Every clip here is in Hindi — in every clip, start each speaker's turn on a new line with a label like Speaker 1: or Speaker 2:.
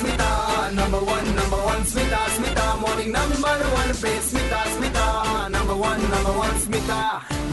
Speaker 1: Smita, number one, number one, Smita, Smita, morning number one पे Smita, Smita, number one, number one, Smita,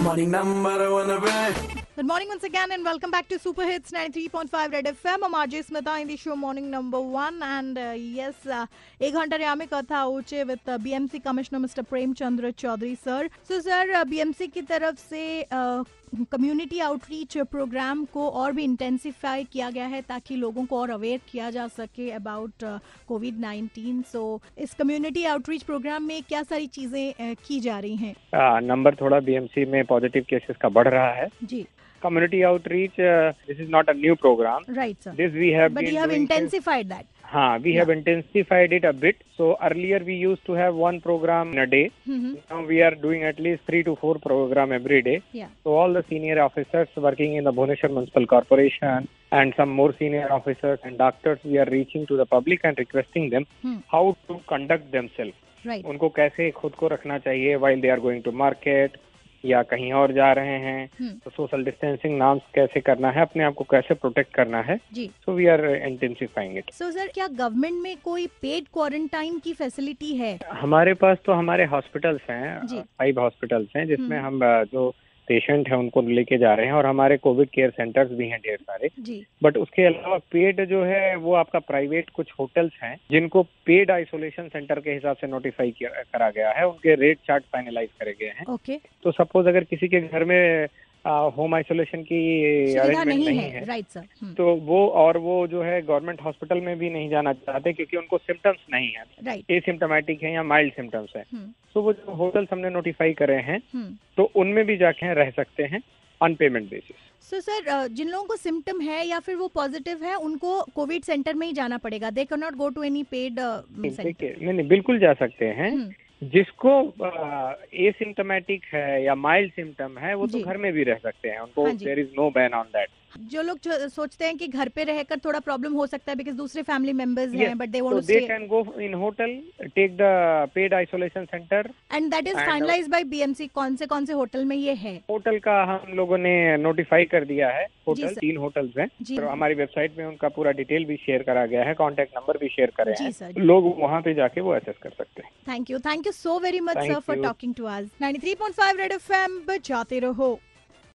Speaker 1: morning number one पे
Speaker 2: Good morning once again and welcome back to Super Hits 93.5 Red FM. I'm RJ Smita in the show Morning Number 1 and uh, yes, uh, एक घंटा में कथा ओचे with uh, BMC Commissioner Mr. Prem Chandra Chaudhary sir. So sir, uh, BMC की तरफ से uh, कम्युनिटी आउटरीच प्रोग्राम को और भी इंटेंसिफाई किया गया है ताकि लोगों को और अवेयर किया जा सके uh, अबाउट कोविड 19 सो इस कम्युनिटी आउटरीच प्रोग्राम में क्या सारी चीजें uh, की जा रही हैं
Speaker 3: नंबर थोड़ा बीएमसी में पॉजिटिव केसेस का बढ़ रहा है
Speaker 2: जी
Speaker 3: community outreach uh, this is not a new program
Speaker 2: right sir
Speaker 3: this we have
Speaker 2: but
Speaker 3: been
Speaker 2: you have
Speaker 3: doing since-
Speaker 2: intensified that
Speaker 3: हाँ, we have intensified it a bit so earlier we used to have one program in a day
Speaker 2: hmm
Speaker 3: now we are doing at least three to four program every day
Speaker 2: Yeah.
Speaker 3: so all the senior officers working in the Bhuneshwar municipal corporation and some more senior officers and doctors we are reaching to the public and requesting them
Speaker 2: Hmm.
Speaker 3: how to conduct themselves
Speaker 2: right
Speaker 3: उनको कैसे खुद को रखना चाहिए while they are going to market या कहीं और जा रहे हैं
Speaker 2: हम्म।
Speaker 3: तो सोशल डिस्टेंसिंग नाम कैसे करना है अपने आप को कैसे प्रोटेक्ट करना है
Speaker 2: जी
Speaker 3: so we are intensifying it
Speaker 2: so sir क्या गवर्नमेंट में कोई पेड क्वारंटाइन की फैसिलिटी है
Speaker 3: हमारे पास तो हमारे हॉस्पिटल्स
Speaker 2: जी।
Speaker 3: हैं फाइव हॉस्पिटल्स हैं जिसमें
Speaker 2: हम्म।
Speaker 3: हम अ, जो पेशेंट हैं उनको लेके जा रहे हैं और हमारे कोविड केयर सेंटर्स भी हैं ढेर सारे
Speaker 2: जी
Speaker 3: बट उसके अलावा पेड जो है वो आपका प्राइवेट कुछ होटल्स हैं जिनको पेड आइसोलेशन सेंटर के हिसाब से नोटिफाई किया करा गया है उनके रेट चार्ट फाइनलाइज करे गए हैं
Speaker 2: ओके
Speaker 3: तो सपोज अगर किसी के घर में होम आइसोलेशन की
Speaker 2: सुविधा
Speaker 3: अरेंजमेंट
Speaker 2: नहीं,
Speaker 3: नहीं
Speaker 2: है Hmm.
Speaker 3: है
Speaker 2: राइट सर
Speaker 3: तो वो और वो जो है गवर्नमेंट हॉस्पिटल में भी नहीं जाना चाहते क्योंकि उनको सिम्टम्स नहीं है
Speaker 2: राइट
Speaker 3: एसिम्टोमेटिक है या माइल्ड सिम्टम्स है
Speaker 2: हम्म।
Speaker 3: तो वो जो होटल्स हमने नोटिफाई करे हैं
Speaker 2: Hmm.
Speaker 3: तो उनमें भी जाके रह सकते हैं on payment basis
Speaker 2: so sir uh, जिन लोगों को सिम्टम है या फिर वो पॉजिटिव है उनको कोविड सेंटर में ही जाना पड़ेगा they can not go to any paid centre
Speaker 3: देखिए नहीं नहीं बिल्कुल जा सकते हैं
Speaker 2: Hmm. हम्म।
Speaker 3: जिसको एसिम्टोमेटिक है या माइल्ड सिम्टम है वो तो
Speaker 2: जी।
Speaker 3: घर में भी रह सकते हैं उनको
Speaker 2: हाँ जी।
Speaker 3: There is no ban on that
Speaker 2: जो लोग जो सोचते हैं कि घर पे रहकर थोड़ा प्रॉब्लम हो सकता है बिकॉज दूसरे फैमिली मेंबर्स हैं
Speaker 3: Yes,
Speaker 2: but they
Speaker 3: So
Speaker 2: want to
Speaker 3: तो they
Speaker 2: stay
Speaker 3: can go in hotel, take the paid isolation center.
Speaker 2: And that is
Speaker 3: and-
Speaker 2: finalise by BMC कौन से कौन से होटल में ये है
Speaker 3: होटल का हम लोगों ने नोटिफाई कर दिया है होटल
Speaker 2: sir.
Speaker 3: तीन होटल्स हैं
Speaker 2: जी
Speaker 3: तो हमारी वेबसाइट में उनका पूरा डिटेल भी शेयर करा गया है कांटेक्ट नंबर भी शेयर करे
Speaker 2: जी
Speaker 3: हैं
Speaker 2: सर
Speaker 3: लोग वहाँ पे जाके वो एसेस कर सकते हैं
Speaker 2: thank you thank you so very much
Speaker 3: Thank
Speaker 2: sir for
Speaker 3: you.
Speaker 2: Talking to us 93.5 Red FM बजाते रहो